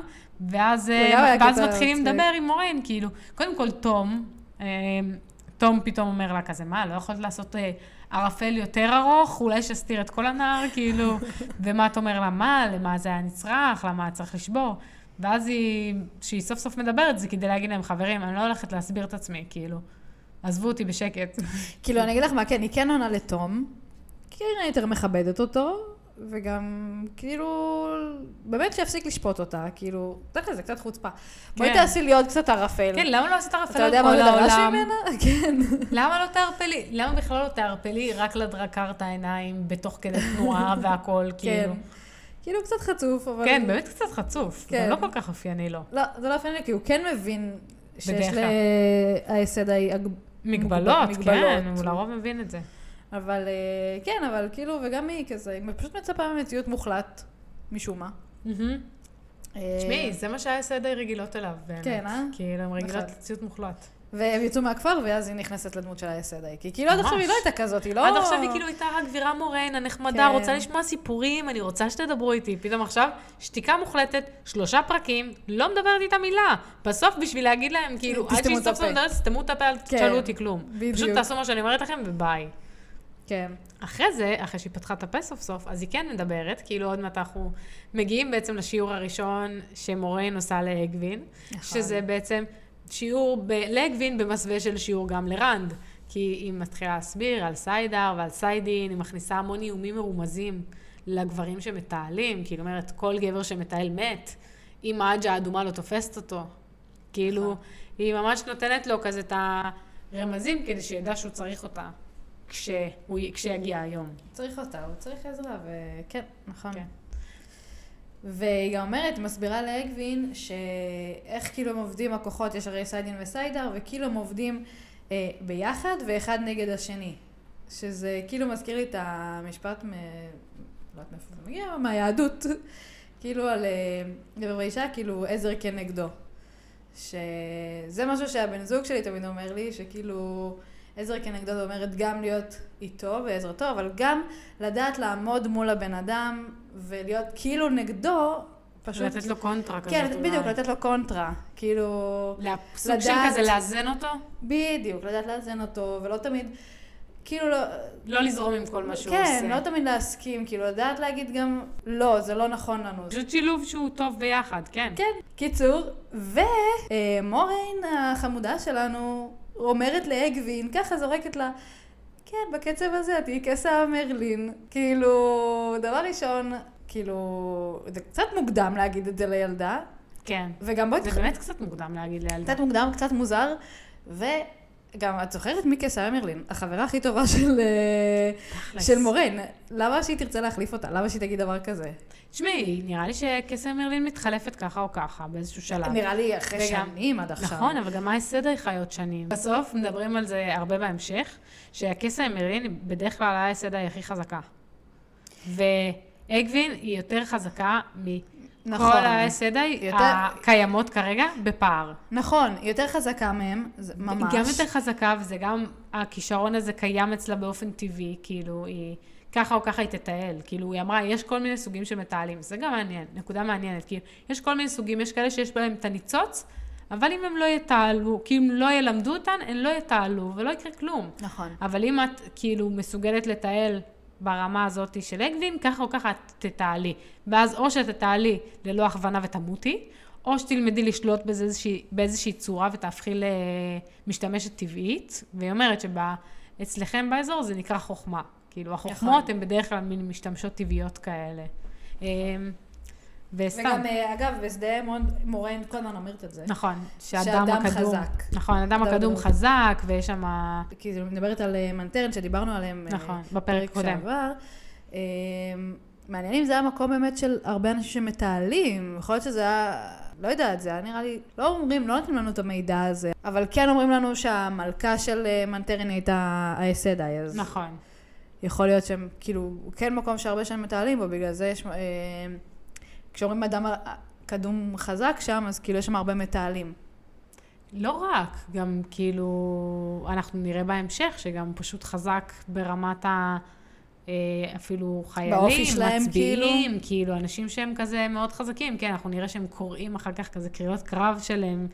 ואז אה, זה גם לא, היה ואז קטע מתחילים מצחיק. לדבר עם מורן, כאילו, קודם כל תום, אה, תום פתאום אומר לה כזה, מה, לא יכולת לעשות אה, ערפל יותר ארוך? אולי שסתיר את כל הנהר, כאילו, ומה את אומר לה, מה, למה זה היה נצרך, למה צריך לשבור? ואז היא, כשהיא סוף סוף מדברת, זה כדי להגיד להם, חברים, אני לא הולכת להסביר את עצמי, כאילו, עזבו אותי בשקט. כאילו, אני אגיד לך מה, כן, היא כן עונה לתום, כי היא יותר מכבדת אותו, וגם, כאילו, באמת שיפסיק לשפוט אותה, כאילו, תכף זה קצת חוצפה. בואי כן. תעשי לי עוד קצת ערפל. כן, למה לא עשית אתה ערפל יודע מה לכל הוא דרש העולם? ממנה? כן. למה לא תערפלי? למה בכלל לא תערפלי? רק לדרקר את העיניים בתוך כדי תנועה והכל, כן. כאילו. כאילו קצת חצוף, אבל... כן, באמת קצת חצוף. כן. כן. לא כל כך אופייני לו. לא, זה לא אופייני, כי הוא כן מבין שיש בדרך כלל. להיסד ההג... מגבלות, כן, מגבלות. הוא לרוב מבין את זה. אבל אה, כן, אבל כאילו, וגם היא כזה, היא פשוט מצפה ממציאות מוחלט, משום מה. מהמם. אה, אה, תשמעי, זה מה שהיה די רגילות אליו, באמת. כן, אה? כאילו, הן רגילות נכון. לציות מוחלט. והם יצאו מהכפר, ואז היא נכנסת לדמות של היסדאי. כי כאילו עד ממש. עכשיו היא לא הייתה כזאת, היא לא... עד עכשיו היא כאילו הייתה הגבירה מורן, הנחמדה, כן. רוצה לשמוע סיפורים, אני רוצה שתדברו איתי. פתאום עכשיו, שתיקה מוחלטת, שלושה פרקים, לא מדברת איתה מילה. בסוף, בשביל להגיד להם, כאילו, עד תסתמו שהיא את סוף סוף הפה. מדברת, סתמו את הפה, אל כן, תשאלו אותי כלום. בדיוק. פשוט תעשו מה שאני אומרת לכם, וביי. כן. אחרי זה, אחרי שהיא פתחה את הפה סוף סוף, אז היא כן מדברת, כאילו עוד מעט אנחנו מגיעים בעצם לשיעור הראשון שמורן עושה לאגווין, נכון. שזה בעצם שיעור ב- לאגווין במסווה של שיעור גם לרנד, כי היא מתחילה להסביר על סיידר ועל סיידין, היא מכניסה המון איומים מרומזים לגברים שמטיילים, כאילו אומרת, כל גבר שמטייל מת, אם האג'ה האדומה לא תופסת אותו. נכון. כאילו, היא ממש נותנת לו כזה את הרמזים כדי שידע שהוא צריך אותה. כשהוא, י- כשיגיע היום. צריך אותה, הוא צריך עזרה, וכן, נכון. כן. והיא גם אומרת, היא מסבירה לאגווין, שאיך כאילו הם עובדים הכוחות, יש הרי סיידין וסיידר, וכאילו הם עובדים אה, ביחד, ואחד נגד השני. שזה כאילו מזכיר לי את המשפט מ... לא יודעת מאיפה זה מגיע, מהיהדות. כאילו על אה, גבר ואישה, כאילו עזר כנגדו. שזה משהו שהבן זוג שלי תמיד אומר לי, שכאילו עזר כנגדו זה אומרת גם להיות איתו בעזרתו, אבל גם לדעת לעמוד מול הבן אדם ולהיות כאילו נגדו, פשוט... לתת לו קונטרה כזאת. כן, אולי. בדיוק, לתת לו קונטרה. כאילו... לה- סוג של לדעת- כזה לאזן אותו, בדיוק, לדעת לאזן אותו, ולא תמיד... כאילו לא... לא לזרום עם כל מה שהוא כן, עושה. כן, לא תמיד להסכים, כאילו לדעת להגיד גם לא, זה לא נכון לנו. פשוט שילוב שהוא טוב ביחד, כן. כן. קיצור, ומורן החמודה שלנו אומרת לאגווין, ככה זורקת לה, כן, בקצב הזה את תהיי כסה מרלין. כאילו, דבר ראשון, כאילו, זה קצת מוקדם להגיד את זה לילדה, כן. וגם בואי זה תח- באמת קצת מוקדם להגיד לילדה. קצת מוקדם, קצת מוזר, וגם את זוכרת מי קיסריה מרלין? החברה הכי טובה של, אה, תכלס. של מורן. למה שהיא תרצה להחליף אותה? למה שהיא תגיד דבר כזה? תשמעי, נראה לי שקסם מרלין מתחלפת ככה או ככה באיזשהו שלב. נראה לי אחרי וגם- שנים עד עכשיו. נכון, אבל גם מה הסדר חיות שנים. בסוף מדברים על זה הרבה בהמשך, שהקסם מרלין בדרך כלל היה הסדר הכי חזקה. ואגווין היא יותר חזקה מכל נכון. הסדאי יותר- הקיימות כרגע בפער. נכון, היא יותר חזקה מהם, זה ממש. היא גם יותר חזקה, וזה גם, הכישרון הזה קיים אצלה באופן טבעי, כאילו, היא ככה או ככה היא תטייל. כאילו, היא אמרה, יש כל מיני סוגים של מטיילים, זה גם מעניין, נקודה מעניינת, כאילו, יש כל מיני סוגים, יש כאלה שיש בהם את הניצוץ, אבל אם הם לא יטעלו, כי אם לא ילמדו אותן, הן לא יטעלו, ולא יקרה כלום. נכון. אבל אם את כאילו מסוגלת לטייל ברמה הזאת של אגווין, ככה או ככה את תתעלי. ואז או שתתעלי ללא הכוונה ותמותי, או שתלמדי לשלוט בזה איזושהי, באיזושהי צורה ותהפכי למשתמשת טבעית, והיא אומרת שאצלכם באזור זה נקרא חוכמה. כאילו, החוכמות נכון. הן בדרך כלל מין משתמשות טבעיות כאלה. אמ, וסתם, וגם, אה, אגב, בשדה מון- מורן כל הזמן אומרת את זה. נכון, שאדם שאדם הקדום, חזק. נכון, אדם הקדום דוד. חזק, ויש שם, כי זה מדברת על אה, מנטרן שדיברנו עליהם. אה, נכון, בפרק הקודם. שעבר. אה, מעניין אם זה היה מקום באמת של הרבה אנשים שמטיילים, יכול להיות שזה היה, לא יודעת, זה היה נראה לי, לא אומרים, לא נותנים לנו את המידע הזה, אבל כן אומרים לנו שהמלכה של אה, מנטרן הייתה האסדאי, אז נכון. יכול להיות שהם, כאילו, הוא כן מקום שהרבה שנים מטיילים בו, בגלל זה יש, אה, כשאומרים אדם ה- קדום חזק שם, אז כאילו יש שם הרבה מטיילים. לא רק, גם כאילו, אנחנו נראה בהמשך שגם הוא פשוט חזק ברמת ה... אה, אפילו חיילים, באופי שלהם, מצביעים, כאילו. כאילו, אנשים שהם כזה מאוד חזקים, כן, אנחנו נראה שהם קוראים אחר כך כזה קריאות קרב שלהם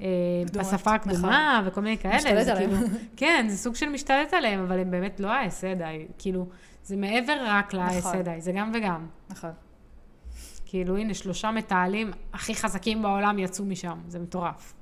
אה, קדומות, בשפה הקדומה וכל מיני כאלה. נכון. משתלט זה עליהם. כאילו, כן, זה סוג של משתלט עליהם, אבל הם באמת לא האסדאי, כאילו, זה מעבר רק לאסדאי, זה גם וגם. נכון. כאילו, הנה, שלושה מטיילים הכי חזקים בעולם יצאו משם, זה מטורף.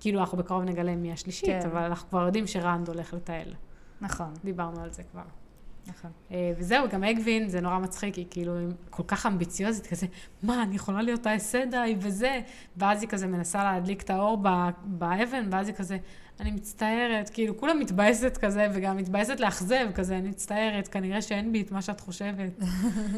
כאילו, אנחנו בקרוב נגלה מי השלישית, כן. כן. אבל אנחנו כבר יודעים שרנד הולך לטייל. נכון, דיברנו על זה כבר. נכון. אה, וזהו, גם אגווין, זה נורא מצחיק, היא כאילו היא כל כך אמביציוזית, כזה, מה, אני יכולה להיות האסדאי וזה, ואז היא כזה מנסה להדליק את האור ב- באבן, ואז היא כזה, אני מצטערת, כאילו, כולה מתבאסת כזה, וגם מתבאסת לאכזב, כזה, אני מצטערת, כנראה שאין בי את מה שאת חושבת.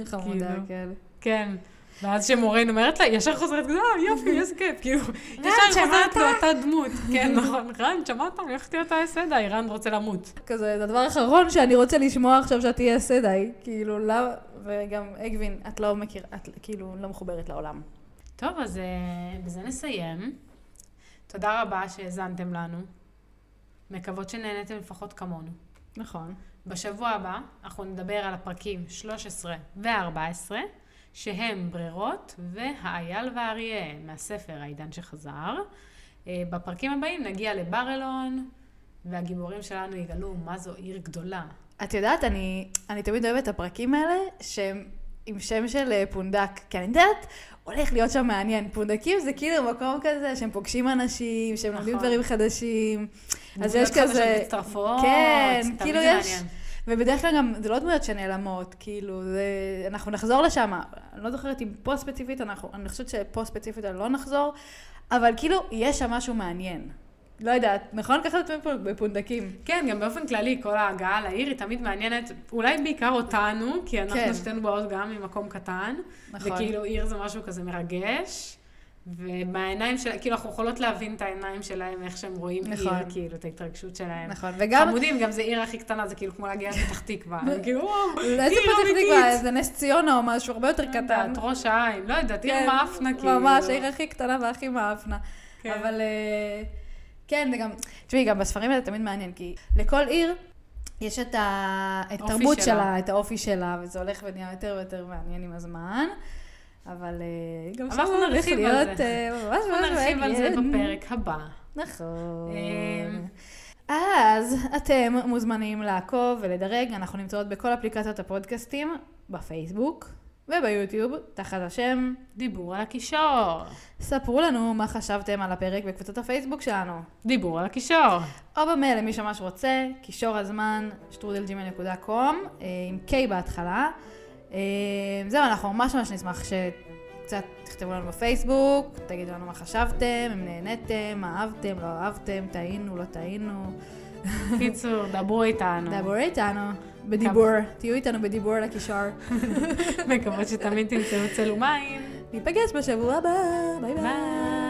חמודה, כאילו. כן. כן. ואז שמורן אומרת לה, ישר חוזרת, כזה, אה, יופי, איזה כיף, כאילו, ישר שמעת? חוזרת לאותה דמות. כן, נכון, רן, שמעת? אני הולכת להיות האסדאי, רן רוצה למות. כזה, זה הדבר האחרון שאני רוצה לשמוע עכשיו שאת תהיה סדאי. כאילו, למה... וגם, אגווין, את לא מכיר, את כאילו לא מחוברת לעולם. טוב, אז אה, בזה נסיים. תודה רבה שהאזנתם לנו. מקוות שנהניתם לפחות כמונו. נכון. בשבוע הבא אנחנו נדבר על הפרקים 13 ו-14, שהם ברירות והאייל והאריה מהספר העידן שחזר. אה, בפרקים הבאים נגיע לברלון, והגיבורים שלנו יגלו מה זו עיר גדולה. את יודעת, אני, אני תמיד אוהבת את הפרקים האלה, שהם עם שם של אה, פונדק, כי אני יודעת, הולך להיות שם מעניין. פונדקים זה כאילו מקום כזה שהם פוגשים אנשים, שהם לומדים נכון. דברים חדשים. אז דמויות יש כזה... חדשות מצטרפות, כן, תמיד כאילו זה יש... מעניין. ובדרך כלל גם, זה לא דמויות שנעלמות, כאילו, זה... אנחנו נחזור לשם. אני לא זוכרת אם פה ספציפית, אנחנו... אני חושבת שפה ספציפית אני לא נחזור, אבל כאילו, יש שם משהו מעניין. לא יודעת, נכון? ככה זה בפונ- בפונדקים. כן, גם באופן כללי, כל ההגעה לעיר היא תמיד מעניינת, אולי בעיקר אותנו, כי אנחנו כן. כן. שתינו באות גם ממקום קטן. נכון. נכון. וכאילו עיר זה משהו כזה מרגש, ובעיניים שלה, כאילו אנחנו יכולות להבין את העיניים שלהם, איך שהם רואים נכון. נכון. עיר, כאילו, את ההתרגשות שלהם. נכון, גם... וגם... חמודים, גם זה עיר הכי קטנה, זה כאילו כמו להגיע לפתח תקווה. אני כאילו, וואו, לא, עיר איזה פתח תקווה, אמיתית. איזה נס ציונה או משהו הרבה יותר קטן. קטן. ראש העין, לא יודעת, כן, עיר מאפנה, כאילו. ממש, העיר הכי קטנה והכי מאפנה. כן. אבל אה, כן, זה גם, תשמעי, גם בספרים האלה תמיד מעניין, כי לכל עיר יש את ה- את אופי התרבות שלה. שלה, את האופי שלה, וזה הולך ונהיה יותר ויותר מעניין עם הזמן. אבל אה, גם אבל שם אנחנו הולך נרחיב על להיות, זה. אה, ממש ממש אנחנו נרחיב על זה מעניין. בפרק הבא. נכון. אמ, אז אתם מוזמנים לעקוב ולדרג, אנחנו נמצאות בכל אפליקציות הפודקאסטים, בפייסבוק וביוטיוב, תחת השם. דיבור על הכישור. ספרו לנו מה חשבתם על הפרק בקבוצת הפייסבוק שלנו, דיבור על הכישור. או במייל למי שממש רוצה, קישור הזמן, שטרודלג'ימל.קום, אה, עם K בהתחלה. אה, זהו, אנחנו ממש ממש נשמח שקצת תכתבו לנו בפייסבוק, תגידו לנו מה חשבתם, אם נהניתם, מה אהבתם, לא אהבתם, טעינו, לא טעינו. קיצור, דברו איתנו. דברו איתנו, בדיבור, תהיו איתנו בדיבור על הקישור. מקוות שתמיד תמצאו צלומיים. ניפגש בשבוע הבא, ביי ביי. ביי.